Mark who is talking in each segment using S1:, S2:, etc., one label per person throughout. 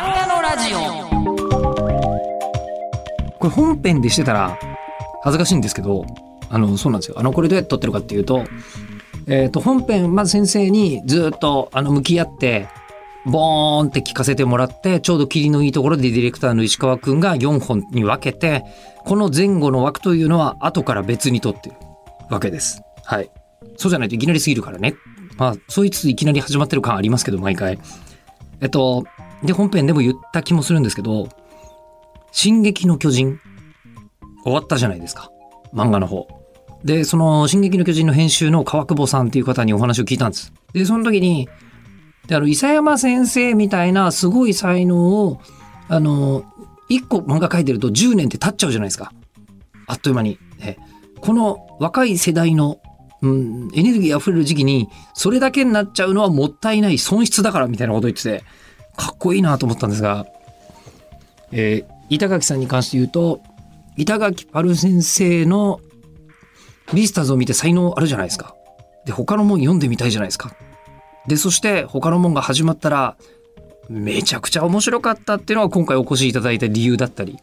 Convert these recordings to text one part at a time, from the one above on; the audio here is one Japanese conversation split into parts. S1: なよ
S2: これ本編でしてたら恥ずかしいんですけど、あの、そうなんですよ。あの、これどうやって撮ってるかっていうと、えっ、と、本編、まず先生にずっと、あの、向き合って、ボーンって聞かせてもらって、ちょうど霧のいいところでディレクターの石川くんが4本に分けて、この前後の枠というのは後から別に撮ってるわけです。はい。そうじゃないといきなり過ぎるからね。まあ、そう言いつついきなり始まってる感ありますけど、毎回。えっと、で、本編でも言った気もするんですけど、進撃の巨人、終わったじゃないですか。漫画の方。で、その、進撃の巨人の編集の川久保さんっていう方にお話を聞いたんです。で、その時に、で、あの、伊佐山先生みたいなすごい才能を、あの、1個漫画描いてると10年って経っちゃうじゃないですか。あっという間に。ねこの若い世代の、うん、エネルギー溢れる時期に、それだけになっちゃうのはもったいない損失だからみたいなこと言ってて、かっこいいなと思ったんですが、えー板垣さんに関して言うと、板垣パル先生のビスターズを見て才能あるじゃないですか。で、他のもん読んでみたいじゃないですか。で、そして他のもんが始まったら、めちゃくちゃ面白かったっていうのが今回お越しいただいた理由だったり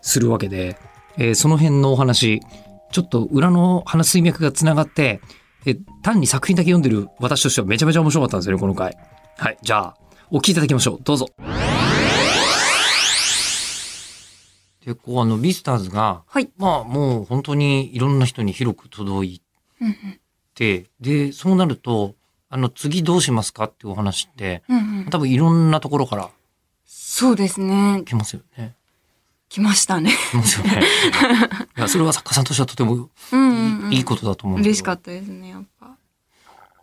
S2: するわけで、えーその辺のお話、ちょっと裏の話水脈がつながって、えー単に作品だけ読んでる私としてはめちゃめちゃ面白かったんですよね、この回。はい、じゃあ、お聞きいただきましょう。どうぞ。で、こう、あの、ビスターズが、
S1: はい
S2: まあ、もう本当にいろんな人に広く届い
S1: うんうん
S2: て、で、そうなると、あの、次どうしますかっていうお話って、
S1: うんうん
S2: 多分いろんなところから
S1: そうですね
S2: 来ますよね。
S1: 来ましたね
S2: 来ますよ ね。いや、それは作家さんとしてはとても
S1: うん
S2: いい,、
S1: うん、うん、
S2: いいことだと思うんで
S1: 嬉
S2: す
S1: し
S2: け
S1: か
S2: ど
S1: ったですねやっぱ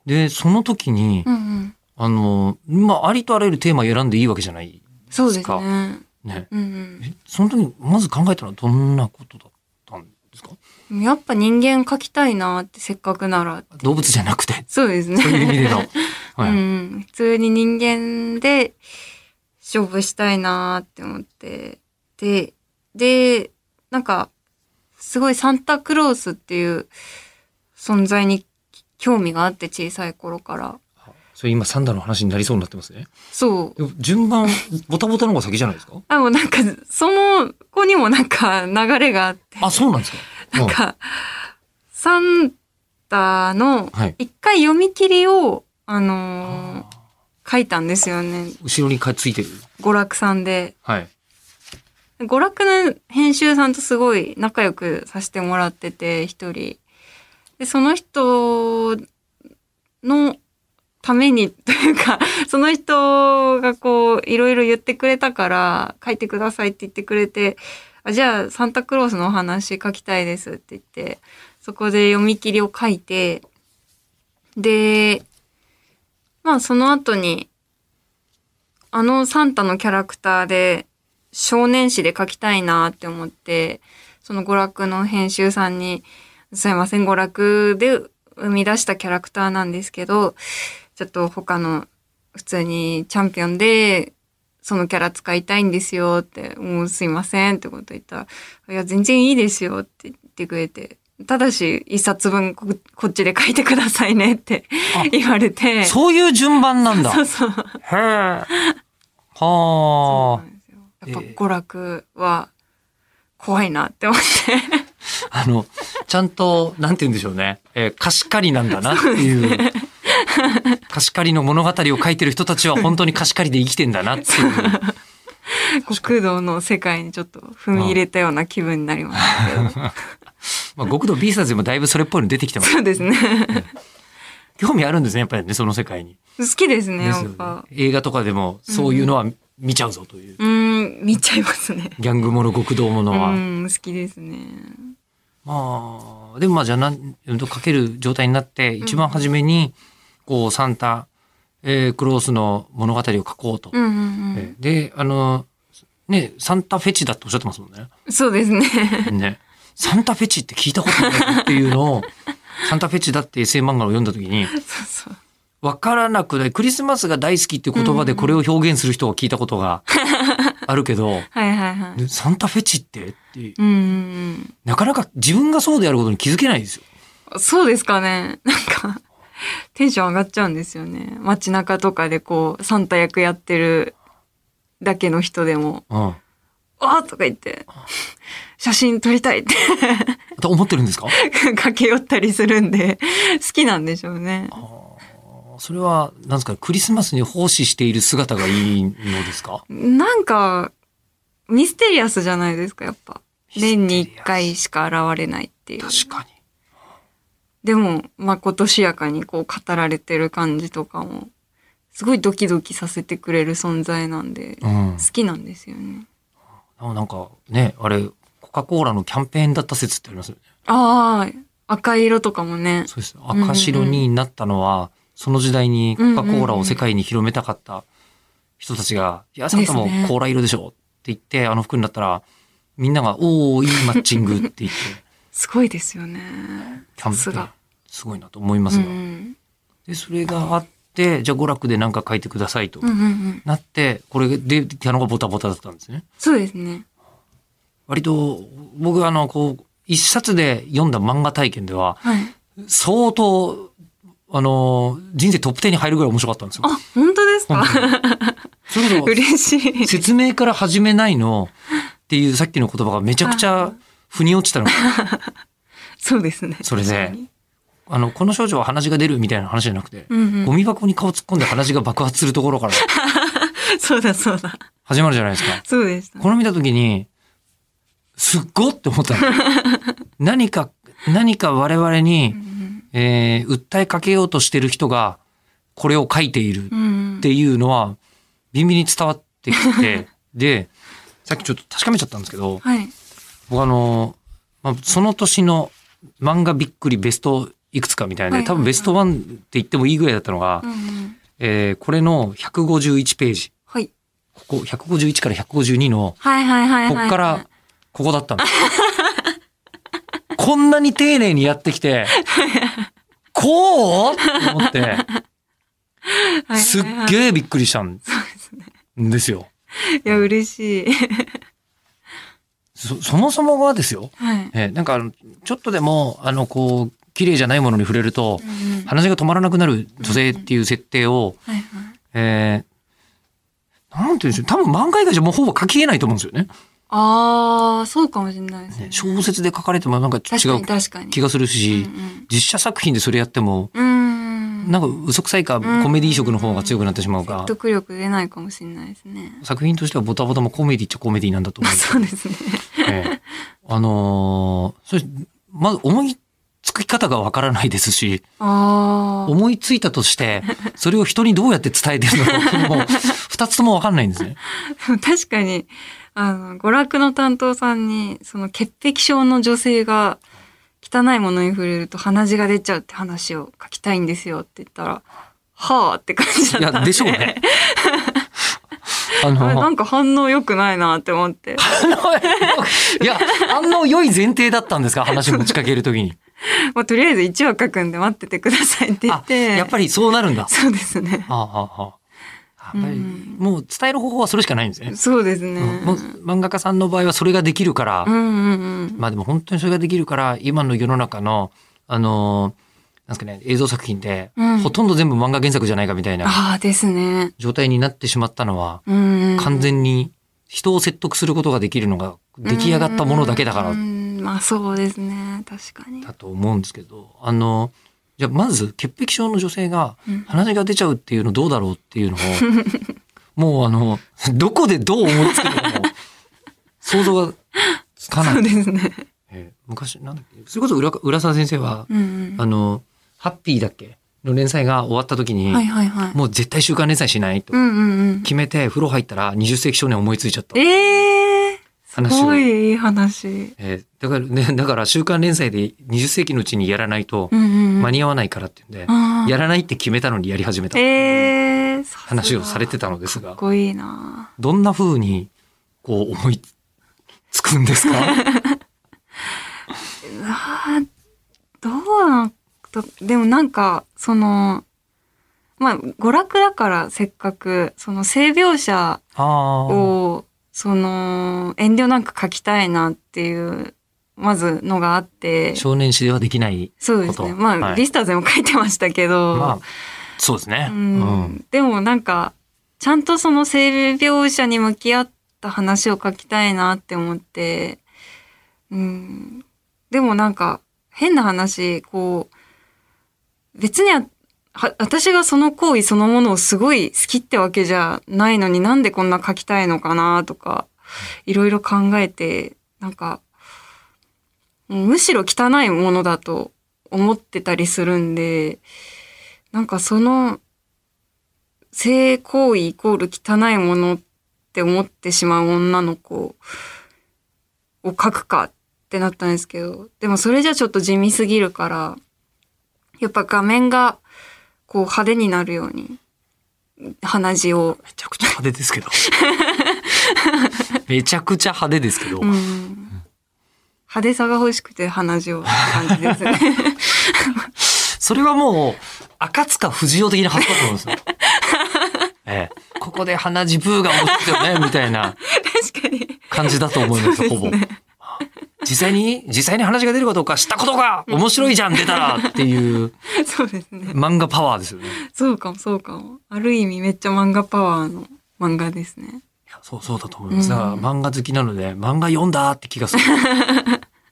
S2: で、その時に、
S1: うんうん
S2: あの、まあ、ありとあらゆるテーマ選んでいいわけじゃない。
S1: そうです
S2: か
S1: ね
S2: ね。
S1: うん
S2: え、その時にまず考えたのはどんなことだったんですか
S1: うんやっぱ人間描きたいなってせっかくなら
S2: 動物じゃなくて。
S1: そうですね
S2: そういう意味で の。はい。
S1: うん、普通に人間で勝負したいなーって思ってででなんかすごいサンタクロースっていう存在に興味があって小さい頃から
S2: それ今サンダーの話になりそうになってますね。
S1: そう
S2: でも順番、ボタボタの方が先じゃないですか
S1: あもうなんかその子にもなんか流れがあって
S2: あ、そうなんですか。
S1: なんかサンタの
S2: うんはい。
S1: 一回読み切りをあのー
S2: あ
S1: 書いたんですよね
S2: ー後ろにかついてる。
S1: 娯楽さんで。
S2: はい。
S1: 娯楽の編集さんとすごい仲良くさせてもらってて一人でその人のためにというか その人がこういろいろ言ってくれたから書いてくださいって言ってくれてあじゃあサンタクロースのお話書きたいですって言ってそこで読み切りを書いてでまあその後にあのサンタのキャラクターで少年誌で書きたいなって思って、その娯楽の編集さんに、すいません、娯楽で生み出したキャラクターなんですけど、ちょっと他の普通にチャンピオンで、そのキャラ使いたいんですよって、もうすいませんってこと言ったら、いや、全然いいですよって言ってくれて、ただし、一冊分ここっちで書いてくださいねって
S2: あ
S1: 言われて。
S2: そういう順番なんだ。
S1: そ
S2: へ
S1: うそ
S2: え。
S1: う。
S2: は
S1: そう
S2: あ。
S1: なんですよやっ
S2: ええ
S1: ぱ娯楽は怖いなって思って。
S2: あの、ちゃんと、なんて言うんでしょうね。えー貸し借りなんだなっていう。貸し借りの物語を書いてる人たちは本当に貸し借りで生きてんだなっていう。
S1: 極道の世界にちょっと踏み入れたような気分になりましたけど。
S2: まあ、極道 B スターズでもだいぶそれっぽいの出てきて ます。
S1: そうですね。
S2: 興味あるんですね、やっぱりね、その世界に。
S1: 好きですね、
S2: で
S1: や
S2: す
S1: っ
S2: よね
S1: ぱ。
S2: 映画とかでもそういうのは見ちゃうぞという、
S1: うーん、見ちゃいますね。
S2: ギャングもの極道も
S1: う
S2: のは、
S1: ん、好きですね。
S2: まあでもまあじゃあなんとかける状態になって一番初めにこうサンタ、えークロースの物語を書こうと、
S1: うんうんう
S2: え
S1: ん。
S2: ーであのねサンタフェチだっておっしゃってますもんね
S1: そうですね。
S2: ねサンタフェチって聞いたことないっていうのをサンタフェチだって SA 漫画を読んだ時に
S1: そうそう。
S2: わからなくないクリスマスが大好きって言葉でこれを表現する人は聞いたことがあるけど、
S1: はいはいはい。
S2: でサンタフェチってって
S1: うんうん
S2: なかなか自分がそうであることに気づけないですよ。
S1: うん。そうですかね。なんか、テンション上がっちゃうんですよね。街中とかでこう、サンタ役やってるだけの人でも、
S2: うん。
S1: わーとか言って、写真撮りたいって
S2: と思ってるんですか
S1: 駆け寄ったりするんで、好きなんでしょうね。
S2: それは、なんですか、クリスマスに奉仕している姿がいいのですか
S1: なんか、ミステリアスじゃないですか、やっぱ。年に一回しか現れないっていう。
S2: 確かに。
S1: でも、まことしやかにこう語られてる感じとかも、すごいドキドキさせてくれる存在なんで、
S2: う
S1: 好
S2: ん。
S1: きなんですよね。
S2: あなんか、ね、あれ、コカ・コーラのキャンペーンだった説ってありますよね。
S1: ああ、赤色とかもね。
S2: そうです。
S1: んうん
S2: 赤白になったのは、その時代にコカ・コーラを世界に広めたかった人たちが、いや、あなたも
S1: ですね
S2: コーラ色でしょって言って、あの服になったら、みんなが、おー、いいマッチングって言っ て、
S1: すごいですよね。
S2: キャン
S1: さす
S2: ペーン
S1: が。
S2: すごいなと思いま
S1: う
S2: す
S1: ん
S2: が。で、それがあって、じゃあ娯楽で何か書いてくださいと。
S1: うんうんうん。
S2: なって、これで、ピアノがボタボタだったんですね。
S1: そうですね。
S2: 割と、僕あの、こう、一冊で読んだ漫画体験では、
S1: はい。
S2: 相当、あの、人生トップ10に入るぐらい面白かったんですよ。
S1: あ、本当ですか
S2: 本 それこそ、
S1: 嬉しい。
S2: 説明から始めないのっていうさっきの言葉がめちゃくちゃ腑に落ちたのが。
S1: そうですね。
S2: それで
S1: 確かに
S2: あの、この少女は鼻血が出るみたいな話じゃなくて、
S1: うんうん
S2: ゴミ箱に顔突っ込んで鼻血が爆発するところから
S1: そうだそうだ。
S2: 始まるじゃないです か。
S1: そうでした。
S2: これ見た時に、すっごって思ったの。何か、何か我々に、えー訴えかけようとしてる人が、これを書いている
S1: うんうん
S2: っていうのは、ビンビンに伝わってきて、 で、さっきちょっと確かめちゃったんですけど、
S1: はい。
S2: 僕あの、まあ、その年の漫画びっくりベストいくつかみたいな
S1: は
S2: ね、
S1: い
S2: 多分ベストワンって言ってもいいぐらいだったのが
S1: うん、うん
S2: えーこれの151ページ、
S1: はい。
S2: ここ151から152の、
S1: はいはいはいはい
S2: こ
S1: はい。
S2: っから、ここだったんですよ。こんなに丁寧にやってき て、こうと思って、
S1: はい
S2: すっ
S1: はいはい
S2: げえびっくりしたんですよ。
S1: いや、嬉しい。
S2: そ、そもそもがですよ。
S1: はい。
S2: えーなんかあの、ちょっとでも、あの、こう、綺麗じゃないものに触れると
S1: う、んうん
S2: 話が止まらなくなる女性っていう設定を、
S1: はいはい。
S2: えーなんて言うんでしょう。多分漫画以外じゃもうほぼ書き得ないと思うんですよね。
S1: ああ、そうかもしれないですね
S2: ね。小説で書かれてもなんか
S1: 確
S2: 違
S1: か
S2: う
S1: に確かに。
S2: 気がする
S1: う
S2: し、
S1: ん
S2: 実写作品でそれやっても、
S1: うん。うん。
S2: なんか嘘くさいか
S1: ん
S2: コメディ色の方が強くなってしまうか
S1: 説、得力出ないかもしれないですね。
S2: 作品としてはボタボタもコメディっちゃコメディなんだと思
S1: ま
S2: う
S1: あ
S2: んです
S1: そうですね。
S2: けど、ええあのーそれ、まず思いつき方がわからないですし、
S1: ああ。
S2: 思いついたとして、それを人にどうやって伝えてるのか も、二つともわかんないんですね。
S1: でも 確かに、あの、娯楽の担当さんに、その潔癖症の女性が汚いものに触れると鼻血が出ちゃうって話を書きたいんですよって言ったら、はあって感じ
S2: い
S1: だった
S2: や、
S1: ん
S2: でしょうね。あ
S1: あれな
S2: の、
S1: んか反応良くないなって 思って。
S2: いや、あの良い前提だったんですか話持ちかけるときに。
S1: まあ、とりあえず1話書くんで待っててくださいって言
S2: あ
S1: っ、て。
S2: やっぱりそうなるんだ。
S1: そうですね。
S2: はあはあはあ、やっぱり、
S1: うん
S2: もう伝える方法はそれしかないんですね。
S1: そうですね。
S2: うんもう漫画家さんの場合はそれができるから、
S1: うんうんうん。
S2: まあでも本当にそれができるから、今の世の中の、あのーなんですかね、映像作品で、
S1: うん
S2: ほとんど全部漫画原作じゃないかみたいな
S1: ああですね。
S2: 状態になってしまったのは、
S1: うんうん。
S2: 完全に人を説得することができるのが出来上がったものだけだから
S1: うんまあそうですね。確かに。
S2: だと思うんですけど、あの、じゃあまず潔癖症の女性が
S1: うん
S2: 鼻血が出ちゃうっていうのどうだろうって いうのを、もうあの、どこでどう思いつくのかも、想像がつか
S1: そ
S2: な
S1: う
S2: い。
S1: ですね。
S2: えー昔、なんだっけ、それこそ浦浦沢先生は、
S1: うんうん。
S2: あの、ハッピーだっけの連載が終わった時に、
S1: はいはいはい。
S2: もう絶対週刊連載しないと
S1: うんうんうん。
S2: 決めて、風呂入ったら20世紀少年思いついちゃった。
S1: ええー、
S2: 話を
S1: すごいいい話。
S2: えーだからね、 だから週刊連載で20世紀のうちにやらないと
S1: うんうんうん。
S2: 間に合わないからっていうんで、
S1: あー
S2: やらないって決めたのにやり始めた
S1: ええー、さすが
S2: 話をされてたのです
S1: か
S2: が
S1: っ、こいいな。
S2: どんな風にこう思いつくんですか
S1: あーどうなんだでもなんかそのまあ娯楽だからせっかくその性描写
S2: あー
S1: をその遠慮なく書きたいなっていうまずのがあって
S2: 少年誌ではできない。
S1: そうですね
S2: こと
S1: まあ、
S2: はい
S1: リスターズでも書いてましたけど、
S2: まあ、そうですね。
S1: う
S2: うんん。
S1: でもなんかちゃんとその性描写に向き合った話を書きたいなって思って、うん、でもなんか変な話、こう、別にあは私がその行為そのものをすごい好きってわけじゃないのになんでこんな書きたいのかなとか、いろいろ考えて、なんか、うんむしろ汚いものだと思ってたりするんで、なんかその、性行為イコール汚いものって思ってしまう女の子を描くかってなったんですけど、でもそれじゃちょっと地味すぎるから、やっぱ画面がこう派手になるように、鼻血を、
S2: めちゃくちゃ派手ですけど。めちゃくちゃ派手ですけど。
S1: うん、派手さが欲しくて鼻血をって感じですね。
S2: それはもう、赤塚不二夫的な発想だと思うん ですよ。ええ、ここで鼻血ブーが落ちてよね、みたいな
S1: 確かに。
S2: 感じだと思いますよ、
S1: そ
S2: ほ
S1: う
S2: ぼ
S1: です。ね
S2: 実際に、実際に話が出るかどうか、したことが面白いじゃん、出たらっていう
S1: そうですね。
S2: 漫画パワーですよね。
S1: そうかも、そうかも。ある意味めっちゃ漫画パワーの漫画ですね。
S2: いやそう、そうだと思います。
S1: うん
S2: だから漫画好きなので、漫画読んだって気が する。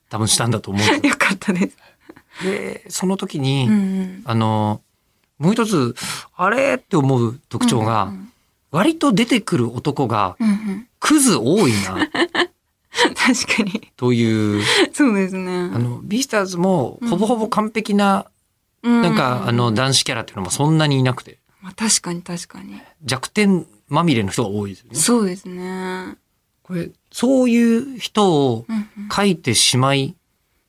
S2: 多分したんだと思うんで
S1: よかったです。
S2: すよ。で、その時に、
S1: うんうん。
S2: あの、もう一つ、あれって思う特徴が、
S1: うん
S2: 割と出てくる男が、
S1: うんうん。
S2: クズ多いな、
S1: 確かに。
S2: という、
S1: そうです
S2: あ
S1: ね。
S2: の、ビースターズも、ほぼほぼ完璧な、
S1: な
S2: なんか、あの、男子キャラっていうのもそんなにいなくて、
S1: まあ、確かに確かに。
S2: 弱点まみれの人が多いですよね。
S1: そうですね。
S2: これ、そういう人を
S1: うん
S2: 書いてしまい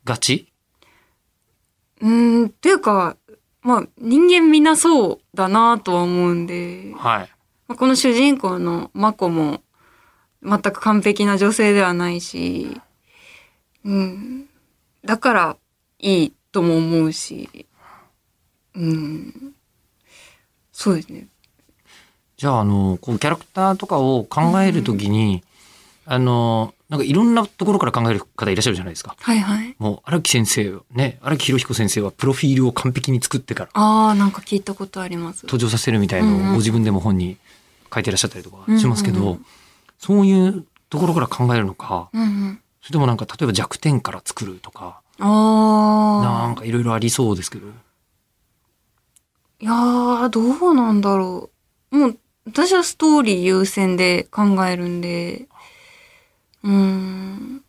S2: がち
S1: うん。うん、っていうか、まあ、人間みんなそうだなとは思うんで、
S2: はい。
S1: まあこの主人公のマコも、全く完璧な女性ではないし、うん。だから、いいとも思うし、うん。そうですね。
S2: じゃあ、あの、こう、キャラクターとかを考えるときに、あの、なんかいろんなところから考える方いらっしゃるじゃないですか。
S1: はいはい。
S2: もう、荒木先生は、ね、荒木博彦先生はプロフィールを完璧に作ってから
S1: ああ、なんか聞いたことあります。
S2: 登場させるみたいのを
S1: うんうん
S2: ご自分でも本に書いてらっしゃったりとかしますけど、
S1: うんうんう
S2: そういうところから考えるのか、
S1: うんうん。
S2: それともなんか、例えば弱点から作るとか、な
S1: あ
S2: んかいろいろありそうですけど。
S1: あ。いやー、どうなんだろう。もう、私はストーリー優先で考えるんで、うーん。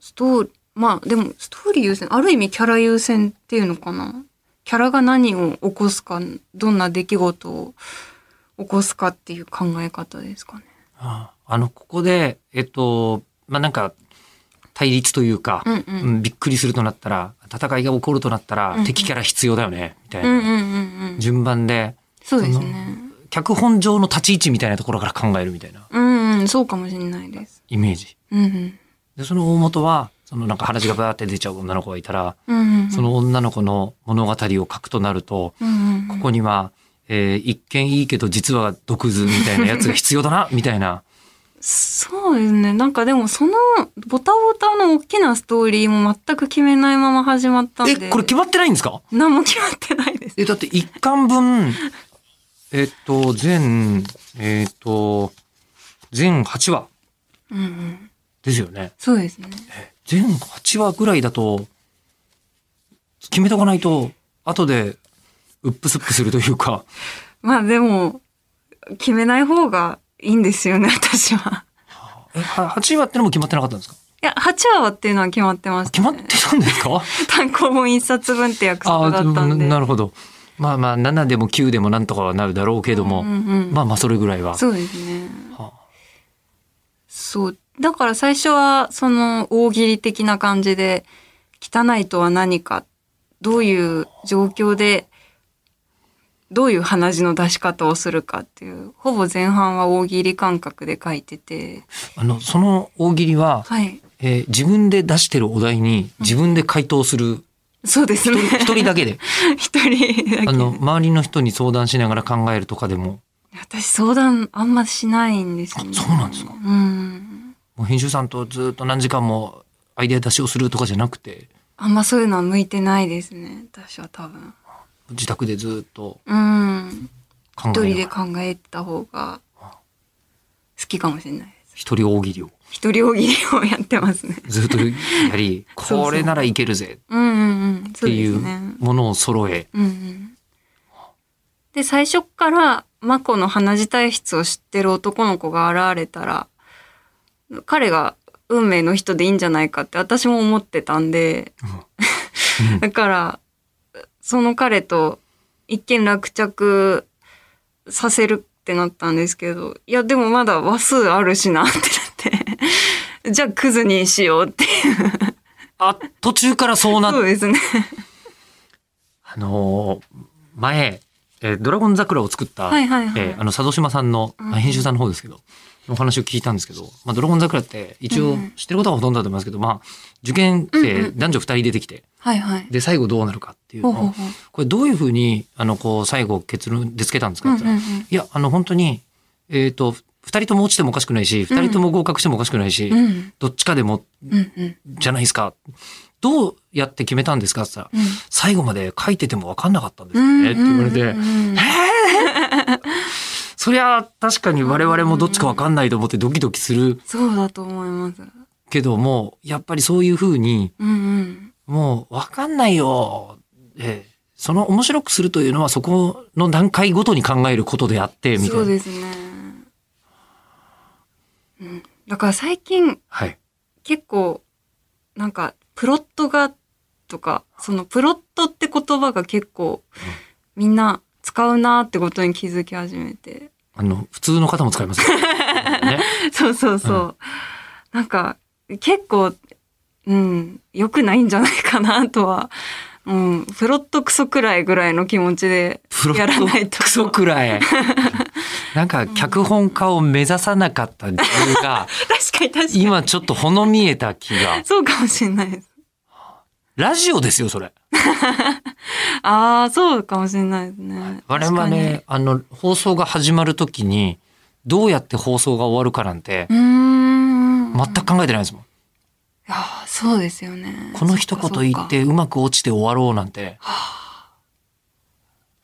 S1: ストーリー、まあでも、ストーリー優先、ある意味キャラ優先っていうのかな。キャラが何を起こすか、どんな出来事を起こすかっていう考え方ですかね。
S2: ああの、ここで、えっと、まあ、なんか、対立というか、
S1: うんうん。
S2: うん、びっくりするとなったら戦いが起こるとなったら、
S1: うん
S2: 敵キャラ必要だよねみたい
S1: うんう
S2: な、
S1: んうんうん。
S2: 順番で
S1: そうですね。
S2: 脚本上の立ち位置みたいなところから考えるみたいな
S1: うんうん、そうかもしれないです。
S2: イメージ
S1: うんうん。
S2: でその大元はそのなんか鼻血がバーって出ちゃう女の子がいたら
S1: うんうん、
S2: その女の子の物語を書くとなると
S1: うんうん、
S2: ここには、えー一見いいけど実は毒図みたいなやつが必要だなみたい な
S1: そうですね。なんかでもそのボタボタの大きなストーリーも全く決めないまま始まったんで。
S2: えこれ決まってないんですか
S1: 何も決まってないです。
S2: えだって一巻分えっと全えっと全8話
S1: うんうん。
S2: ですよね
S1: そうですね。
S2: 全8話ぐらいだと、決めとかないと、後で、うっぷすっぷするというか、
S1: まあでも、決めない方がいいんですよね、 私は。
S2: え、は8話ってのも決まってなかったんですか
S1: いや、8話っていうのは決まってました、
S2: 決
S1: ね。
S2: まってたんです か
S1: 単行本一冊分って約束だ
S2: あ
S1: っ
S2: ー
S1: たん
S2: な
S1: で。
S2: な
S1: る
S2: るほど。まあまあ、7でも9でもなんとかはなるだろうけども、
S1: うんうん、
S2: まあまあ、それぐらいは。
S1: そうですね。
S2: は
S1: そう。だから最初は、その、大喜利的な感じで、汚いとは何か、どういう状況で、どういう鼻血の出し方をするかっていう、ほぼ前半は大喜利感覚で書いてて、
S2: あの、その大喜利は、
S1: はい。
S2: えー自分で出してるお題に、自分で回答する、
S1: そうですね。
S2: 一人だけで、
S1: 一人だ
S2: あ
S1: け。
S2: の、周りの人に相談しながら考えるとかでも、
S1: 私相談あんましないんですよ、ね。
S2: あそうなんですか
S1: うん。
S2: もう編集さんとずっと何時間もアイデア出しをするとかじゃなくて、
S1: あんまそういうのは向いてないですね。私は多分。
S2: 自宅でずっと
S1: うん。
S2: 考えなが
S1: 一
S2: ら
S1: 人で考えた方が好きかもしれないです。
S2: 一人大喜利を
S1: 一人大喜利をやってますね。
S2: ずっとやり、
S1: そうそう
S2: これならいけるぜ
S1: うんうんうん。
S2: って
S1: そうで
S2: い
S1: す
S2: う
S1: ね。
S2: ものを揃え、
S1: うんうん。で、最初っから、マコの鼻血体質を知ってる男の子が現れたら、彼が運命の人でいいんじゃないかって私も思ってたんで、 だから、その彼と一見落着させるってなったんですけど、いや、でもまだ話数あるしなってなって、 じゃあクズにしようって。
S2: あ、途中からそうなっ
S1: そうですね。
S2: あのー前、えードラゴン桜を作った、
S1: はいはいはい。
S2: えーあの、佐渡島さんの、
S1: うん
S2: まあ編集さんの方ですけど、お話を聞いたんですけど、まあ、ドラゴン桜って一
S1: う
S2: 応
S1: んうん
S2: 知ってることはほとんどだと思いますけど、まあ、受験
S1: うん
S2: 生
S1: うん
S2: 男女二人出てきて、
S1: はいはい。
S2: で、最後どうなるかっていうの
S1: ほ
S2: を
S1: うほうほう。
S2: これどういうふうに、あの、こう、最後結論でつけたんです
S1: う
S2: か
S1: ん
S2: っ
S1: う
S2: て
S1: ん
S2: 言
S1: う
S2: ったら
S1: ん。
S2: いや、あの、本当に、えっ、と、二人とも落ちてもおかしくないし、
S1: ん
S2: 二人とも合格してもおかしくないし、
S1: うん
S2: どっちかでも、
S1: うんうん
S2: じゃないですか。どうやって決めたんですかって言ったら、
S1: うん。
S2: 最後まで書いてても分かんなかったんですよね、
S1: ね
S2: って言われて、
S1: うん
S2: そりゃ確かに我々もどっちか分かんないと思ってドキドキする
S1: そうだと思います。
S2: けども、やっぱりそういうふうに、
S1: うんうん。
S2: もう分かんないよ、ええその面白くするというのはそこの段階ごとに考えることであって、みた
S1: そ
S2: いうな。
S1: ですね。うん。だから最近
S2: はい。
S1: 結構なんかプロットがとか、そのプロットって言葉が結構みんな使うなってことに気づき始めて。
S2: あの、普通の方も使いますよ。ね。
S1: そうそうそう。なんか結構、うん、良くないんじゃないかなとは。うん、プロットクソくらいぐらいの気持ちで
S2: プロ
S1: やらない
S2: ッ
S1: と
S2: トクソくらい。なんか脚本家を目指さなかった理由が、
S1: 確かに確かに。
S2: 今ちょっとほの見えた気が。
S1: そうかもしれないです。
S2: ラジオですよ、それ。
S1: ああ、そうかもしれないですね。
S2: 我々、ね、あの、放送が始まるときに、どうやって放送が終わるかなんて
S1: 確か、に。うーん。
S2: 全く考えてないですもん。
S1: いやー、そうですよね。
S2: この一言言って、うまく落ちて終わろうなんて、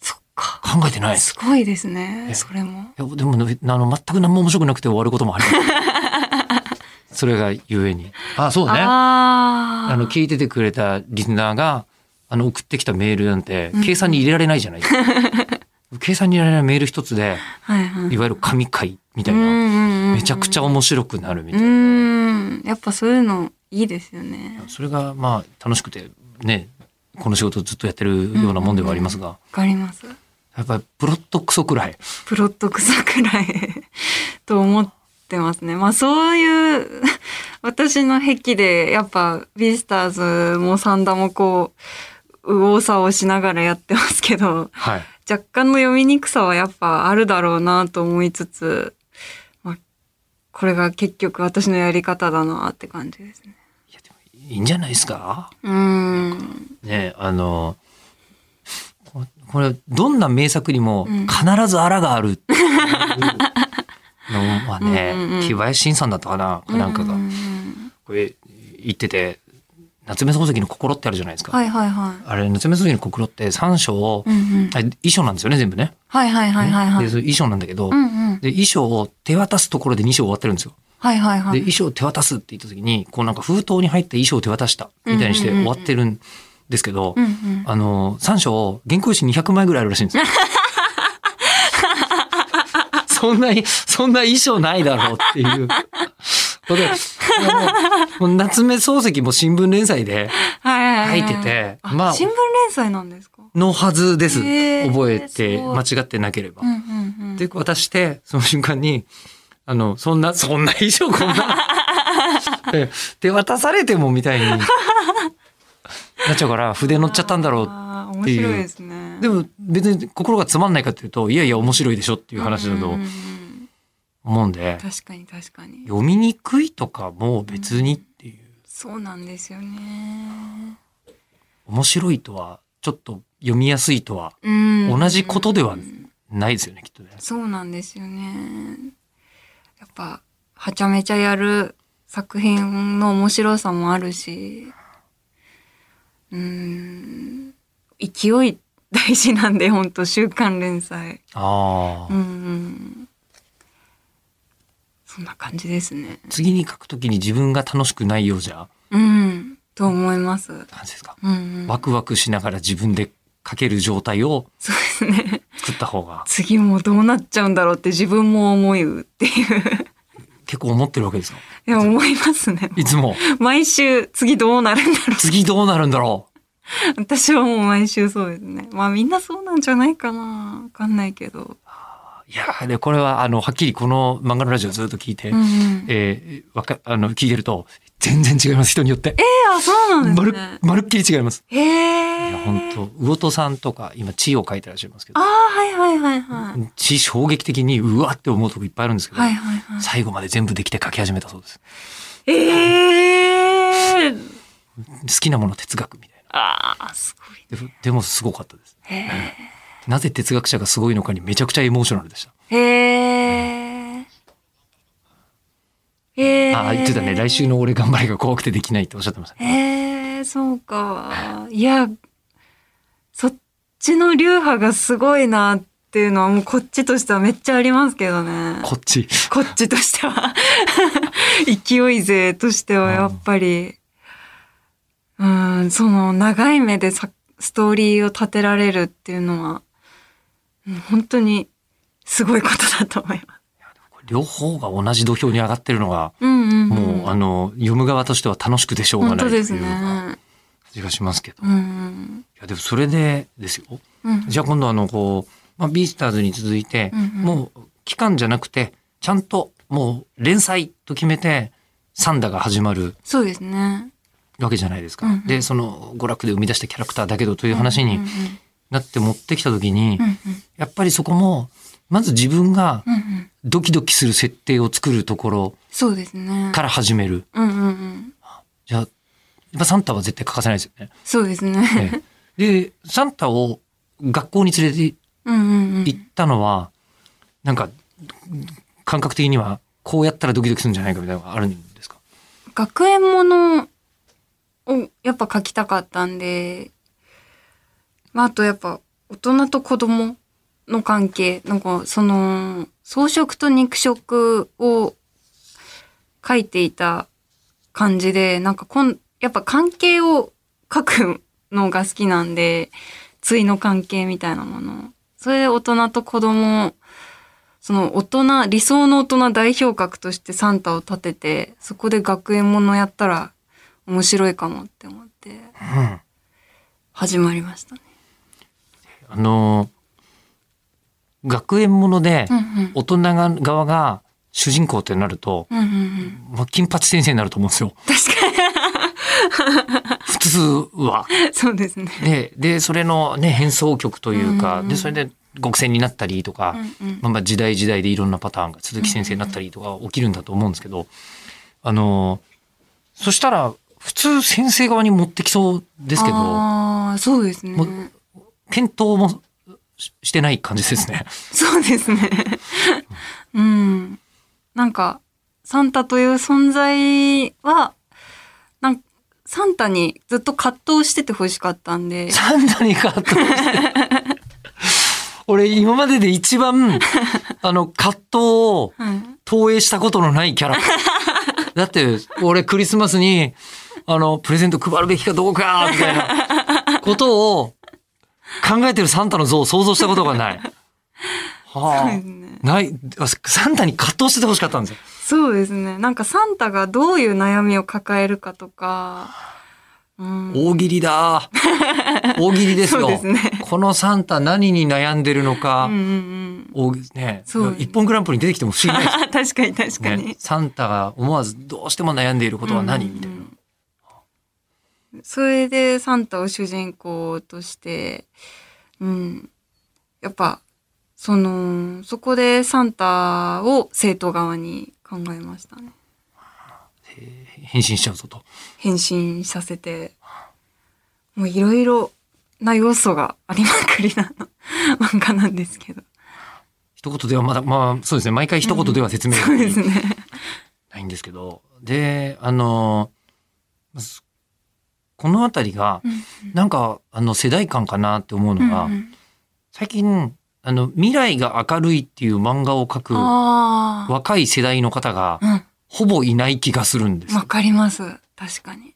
S1: そっか。
S2: 考えてないです
S1: す。ごいですね。
S2: え
S1: それも。
S2: いやでもね、あの、全く何も面白くなくて終わること もあります。それがゆえに。あ、そうね。あ
S1: ああ。
S2: の、聞いててくれたリスナーが、あの、送ってきたメールなんて
S1: うん、
S2: 計算に入れられないじゃ ないですか。計算に入れられないメール一つで、
S1: はいはい。
S2: いわゆる神回みたいな、
S1: な
S2: めちゃくちゃ面白くなるみたいな
S1: う。ーん。やっぱそういうのいいですよね。
S2: それがまあ楽しくてねこの仕事ずっとやってるようなもんではありますが、
S1: わかります。
S2: やっぱりプロットクソくらい
S1: プロットクソくらい と思ってますね。まあそういう私の癖でやっぱビースターズもサンダもこう右往左往しながらやってますけど
S2: はい
S1: 若干の読みにくさはやっぱあるだろうなと思いつつ、まあ、これが結局私のやり方だなって感じですね。
S2: いいんじゃないですか
S1: うーん。
S2: ねあのここれどんな名作にも
S1: うん
S2: 必ずあらがあ るっていうのはね、
S1: うんうんうん
S2: 木林慎さんだったかななんかが、
S1: ううん
S2: これ言ってて夏目漱石の心ってあるじゃないですか、
S1: はいはいはい。
S2: あれ夏目漱石の心って三章を、
S1: うんうん。
S2: あ衣装なんですよね全部ね、
S1: はいはいはいはいはい。
S2: でそれ衣装なんだけど、
S1: うんうん。
S2: で、衣装を手渡すところで2章終わってるんですよ。
S1: はいはいは
S2: で、衣
S1: い。
S2: 装を手渡すって言った時に、こうなんか封筒に入った衣装を手渡した、みたいにして
S1: うんうんう
S2: 終
S1: んう
S2: わ
S1: ん
S2: ってるんですけど
S1: うん、うん。
S2: あの、3章、原稿紙200枚ぐらいあるらしいん ですよ。そんなに、そんな衣装ないだろうっていう。これ、あのもう夏目漱石も新聞連載で
S1: は
S2: 書いてて、
S1: あ
S2: まあ、
S1: 新聞連載なんですか
S2: のはずです。
S1: へー
S2: 覚えて、
S1: すごい
S2: 間違ってなければ
S1: うん。うんうん。
S2: で、渡して、その瞬間に、あの、そんな、そんな衣装こん な、え手渡されてもみたいにな っちゃうから、筆乗っちゃったんだろう。
S1: あ
S2: っ
S1: ー面
S2: ていう
S1: 白いですね。
S2: で
S1: も、
S2: も別に心がつまんないかっていうと、いやいや面白いでしょっていう話だと思うんで、
S1: 確かに確かに。
S2: 読みにくいとかも別にっていう、
S1: そうなんですよね。
S2: 面白いとは、ちょっと読みやすいとは
S1: うん。
S2: 同じことではないですよね、きっとね。
S1: そうなんですよね。やっぱ、はちゃめちゃやる作品の面白さもあるし、うん、勢い大事なんで、ほんと、週刊連載。
S2: あ
S1: う
S2: あ、
S1: んうん。そんな感じですね。
S2: 次に書くときに自分が楽しくないようじゃ、
S1: うん。と思います。うん
S2: なんですか。
S1: うん。
S2: ワクワクしながら自分で書ける状態を
S1: そうですね。
S2: 作った方が
S1: 次もどうなっちゃうんだろうって自分も思うっていう。
S2: 結構思ってるわけですよ。
S1: いや、思いますね。
S2: いつ も。
S1: 毎週次どうなるんだろ
S2: 次どうなるんだろ
S1: う。私はもう毎週そうですね。まあみんなそうなんじゃないかな。わかんないけど。
S2: う。いやーで、これは、あの、はっきりこの漫画のラジオずっと聞いて、
S1: うんうん。え
S2: えーわか、あの、聞いてると、全然違います、人によって。
S1: あ、そうなんで
S2: まする
S1: ね、。
S2: まるっきり違います。
S1: へえ。
S2: いや、本当魚戸さんとか、今、地を書いてらっしゃいますけ
S1: あ
S2: ど、
S1: あ、はいはいはいはい。
S2: 地衝撃的に、うわって思うとこいっぱいあるんですけど、
S1: はいはいはい。
S2: 最後まで全部できて書き始めたそうです。
S1: ええー。
S2: 好きなもの哲学みたい
S1: ああ、すごい。
S2: な。ででも、すごかったです。
S1: へえ。
S2: なぜ哲学者がすごいのかにめちゃくちゃエモーショナルでした。
S1: へえ。へえ。
S2: ああ、言ってたね。来週の俺頑張りが怖くてできないっておっしゃってましたね。
S1: へえ、そうか。いや、そっちの流派がすごいなっていうのはもうこっちとしてはめっちゃありますけどね。
S2: こっち。
S1: こっちとし ては。勢い勢としてはやっぱり、うん、その長い目でさストーリーを立てられるっていうのは、うん本当にすごいことだと思います。
S2: 両方が同じ土俵に上がってるのが、
S1: うんうん、うん。
S2: もう、あの、読む側としては楽しくてしょうが
S1: 本
S2: ない
S1: 当
S2: とい
S1: で
S2: う
S1: すね。
S2: 感じがしますけど。
S1: うんうん
S2: いや、でもそれでですよ。
S1: うん。うん
S2: じゃあ今度あの、こう、まあ、ビースターズに続いて、
S1: うんうん
S2: もう、期間じゃなくて、ちゃんと、もう、連載と決めて、サンダが始まる
S1: そうですね。
S2: わけじゃないですか。
S1: うんうん
S2: で、その、娯楽で生み出したキャラクターだけどという話に
S1: うんうん
S2: なって持ってきたときに、
S1: うんうん
S2: やっぱりそこも、まず自分が
S1: うんうん
S2: ドキドキする設定を作るところ
S1: そうですね。
S2: から始める。
S1: うんうんうん。
S2: じゃあ、やっぱサンタは絶対欠かせないですよね。
S1: そうですね。
S2: ええで、サンタを学校に連れて
S1: うんうんうん。
S2: 行ったのは、なんか、感覚的には、こうやったらドキドキするんじゃないかみたいなのがあるんですか
S1: 学園ものをやっぱ書きたかったんで、まあ、あとやっぱ大人と子供の関係、なんかその草食と肉食を書いていた感じで、なんかこんやっぱ関係を書くのが好きなんで、対の関係みたいなもの。それで大人と子供その大人、理想の大人代表格としてサンタを立てて、そこで学園ものやったら面白いかもって思って
S2: うん。
S1: 始まりましたね。
S2: あのー、学園もので
S1: う、んうん。
S2: 大人が側が主人公ってなると、
S1: うんうんうん。
S2: まあ、金八先生になると思うんですよ。
S1: 確
S2: 普通は。
S1: かに。 そうですね。
S2: で、で、それのね、変奏曲というか、
S1: うんうん
S2: で、それで極戦になったりとか、
S1: うんうん。
S2: まあまあ時代時代でいろんなパターンが鈴木先生になったりとか起きるんだと思うんですけど、あの、そしたら普通先生側に持ってきそうですけど、
S1: ああ、そうです
S2: も
S1: ね。
S2: 検討もししてない感じ ですね。
S1: そうですね。 うん。なんか、サンタという存在は、なんかサンタにずっと葛藤してて欲しかったんで。
S2: サンダにかと思って。 俺今までで一 番、あの、葛藤を
S1: うん。
S2: 投影したことのないキ ャラ。だって、俺クリスマスに、あの、プレゼント配るべきかどうか、みたいなことを考えてるサンタの像を想像したことが ない。
S1: そうで
S2: は
S1: すね。
S2: あ、ない、あサンタに葛藤しててほしかったんですよ。
S1: そうですね。なんかサンタがどういう悩みを抱えるかとか、うん、
S2: 大喜利だ。大喜利ですよ。
S1: そうですね
S2: このサンタ何に悩んでるのか、
S1: うんうんうん。
S2: 大喜利ね
S1: そう。
S2: 一本グランプリに出てきても不思議ないです
S1: あ、確かに確かに。
S2: ね、サンタが思わずどうしても悩んでいることは何、みたいな。
S1: な。それでサンタを主人公として、うん。やっぱ、その、そこでサンタを生徒側に考えましたね。
S2: 変身しちゃうぞと。
S1: 変身させて、もういろいろな要素がありまくりな 漫画なんですけど。
S2: 一言ではまだ、まあそうですね、毎回一言では説明
S1: そうですね。
S2: ないんですけど。で、あの、まずこのあたりが、なんか、あの、世代間かなって思うのが、
S1: うんうん
S2: 最近、ああの、未来が明るいっていう漫画を描く
S1: あ
S2: 若い世代の方が
S1: あ。う
S2: ほぼいない気がするんです
S1: ん。わ
S2: よ。
S1: かります。確かに。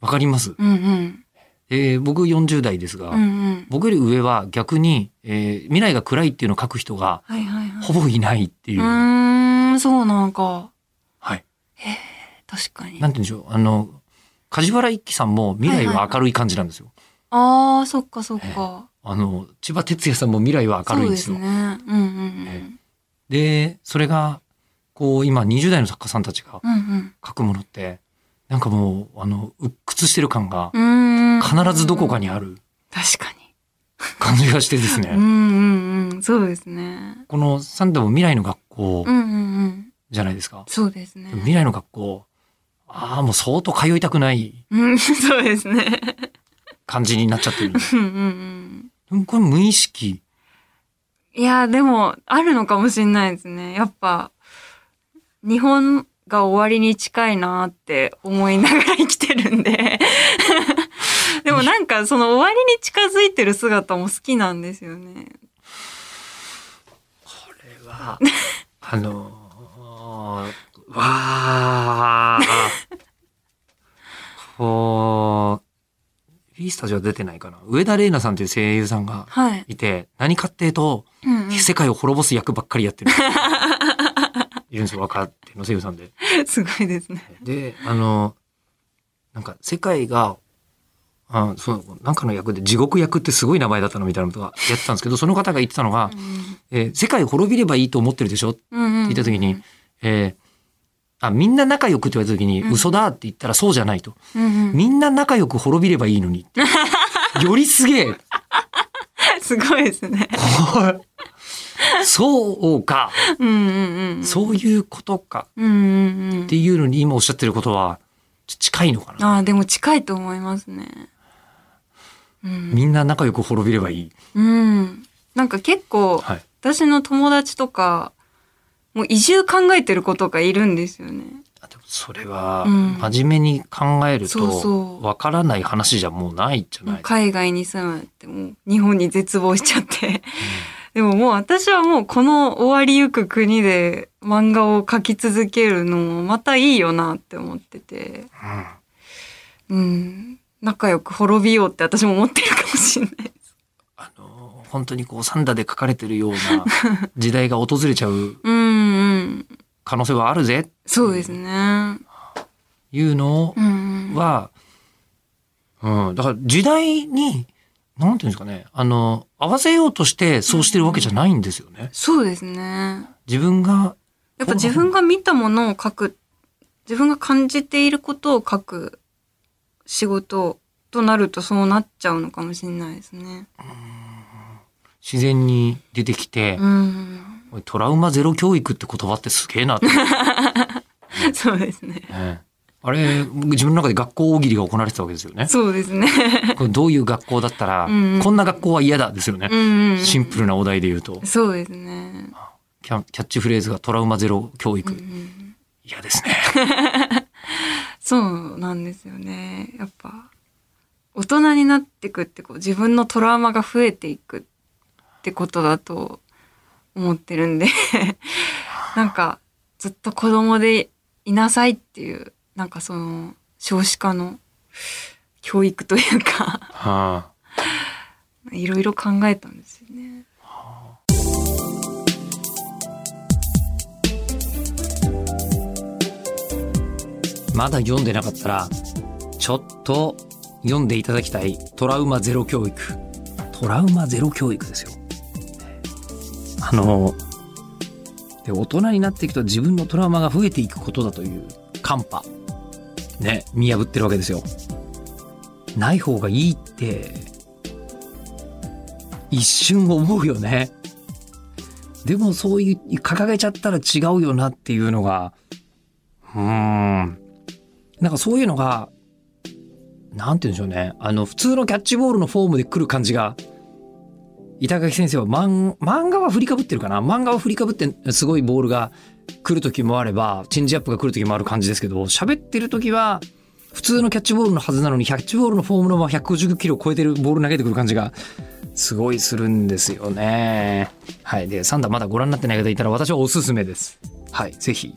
S2: わかります、
S1: うんうん。
S2: えー僕40代ですが、
S1: うんうん。
S2: 僕より上は逆に、えー未来が暗いっていうのを描く人が
S1: はいはいはい。
S2: ほぼいないっていうう。
S1: ーん、そうなんか。
S2: はい。
S1: 確かに。
S2: な
S1: あ
S2: んて言うんでしょう。あの、梶原一騎さんも未来は明るい感じなんですよ。
S1: あー、そっかそっか。
S2: あの、千葉哲也さんも未来は明るいんです
S1: そ
S2: よ
S1: う。ですね。うんうんうん。
S2: えで、それが、こう、今20代の作家さんたちが
S1: うんうん
S2: 書くものって、なんかもう、あの、鬱屈してる感が
S1: う、ーん。
S2: 必ずどこかにある
S1: 確かに。
S2: 感じがしてです
S1: うん
S2: ね。
S1: うんうん。そうですね。
S2: このサンダも未来の学校
S1: うんうんうん。
S2: じゃないですか。
S1: そうですね。
S2: 未来の学校、ああ、もう相当通いたくない
S1: うん、 そうですね。
S2: 感じになっちゃってる。
S1: うんうんうん。
S2: うんこれ無意識。
S1: いや、でも、あるのかもしれないですね。やっぱ、日本が終わりに近いなって思いながら生きてるんで。 でもなんか、その終わりに近づいてる姿も好きなんですよね。
S2: これは、あのー、わあ。こう、フィースタジオ出てないかな。上田玲奈さんっていう声優さんが
S1: はい。
S2: いて、何かっていうと、
S1: うんうん
S2: 世界を滅ぼす役ばっかりやってる。いるんですよ、若手の声優さんで。
S1: すごいですね。
S2: で、あの、なんか世界が、あそうなんかの役で地獄役ってすごい名前だったのみたいなことがやってたんですけど、その方が言ってたのが、えー世界滅びればいいと思ってるでしょって
S1: うんうん。
S2: 言った時に、えーあ、みんな仲良くって言われた時に、
S1: うん
S2: 嘘だって言ったらそうじゃないと。
S1: うんうん、
S2: みんな仲良く滅びればいいのにって。 よりすげえ
S1: すごいですね。
S2: そうか
S1: うんうんうん。
S2: そういうことか
S1: うんうんうん
S2: って。いうのに今おっしゃってることはち近いのかな
S1: ああ、でも近いと思いますね。うん。
S2: みんな仲良く滅びればいい。
S1: うん。なんか結構、
S2: はい。
S1: 私の友達とか、もう移住考えてる子とかいるんですよね。
S2: あでもそれは、
S1: うん
S2: 真面目に考える
S1: そうそ
S2: と、
S1: う
S2: わからない話じゃもうないじゃない。
S1: 海外に住むってもう日本に絶望しちゃって。 でももう私はもうこの終わりゆく国で漫画を描き続けるのもまたいいよなって思ってて。
S2: うん
S1: うん。仲良く滅びようって私も思ってるかもしれない。
S2: あの、本当にこう、サンダで書かれてるような時代が訪れちゃう
S1: うんうん。
S2: 可能性はあるぜっ
S1: そうですね。
S2: ていうの
S1: うん。
S2: は、うん、だから時代に、なんていうんですかね、あの、合わせようとしてそうしてるわけじゃないんですよね。
S1: そうですね。
S2: 自分が、
S1: やっぱ自分が見たものを書く、自分が感じていることを書く仕事となるとそうなっちゃうのかもしれないですね。
S2: 自然に出てきて、
S1: うん。
S2: おいトラウマゼロ教育って言葉ってすげえなって、ね
S1: そうですね。
S2: あれ、自分の中で学校大喜利が行われてたわけですよね。
S1: そうですね。
S2: これどういう学校だったら、
S1: うん
S2: こんな学校は嫌だですよね
S1: う。ん。
S2: シンプルなお題で言うと、
S1: そうですね。
S2: キャキャッチフレーズがトラウマゼロ教育。
S1: うん
S2: 嫌ですね。
S1: そうなんですよね。やっぱ、大人になってくってこう、自分のトラウマが増えていくってことだと思ってるんで、 なんか、ずっと子供でいなさいっていう、なんかその、少子化の教育というか、
S2: はあ
S1: いろいろ考えたんですよね。
S3: まだ読んでなかったら、ちょっと読んでいただきたいトラウマゼロ教育。トラウマゼロ教育ですよ。あの、で大人になっていくと自分のトラウマが増えていくことだという寒波。ね、見破ってるわけですよ。ない方がいいって、一瞬思うよね。でもそういう、掲げちゃったら違うよなっていうのが、うーん。なんかそういうのが、なんて言うんでしょうね。あの、普通のキャッチボールのフォームで来る感じが、板垣先生は漫漫画は振りかぶってるかな漫画は振りかぶってすごいボールが来る時もあれば、チェンジアップが来る時もある感じですけど、喋ってる時は、普通のキャッチボールのはずなのに、キャッチボールのフォームのまま150キロを超えてるボール投げてくる感じが、
S2: すごいするんですよね。はい。で、サンダーまだご覧になってない方いたら私はおすすめです。はい。ぜひ、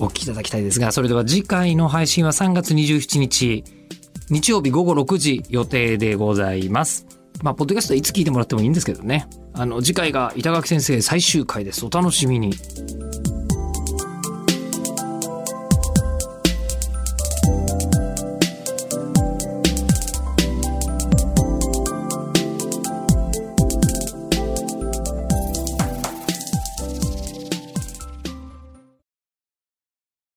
S2: お聞きいただきたいですが、それでは次回の配信は3月27日、日曜日午後6時予定でございます。まあ、ポッドキャストはいつ聞いてもらってもいいんですけどね。あの、次回が板垣先生最終回です。お楽しみに。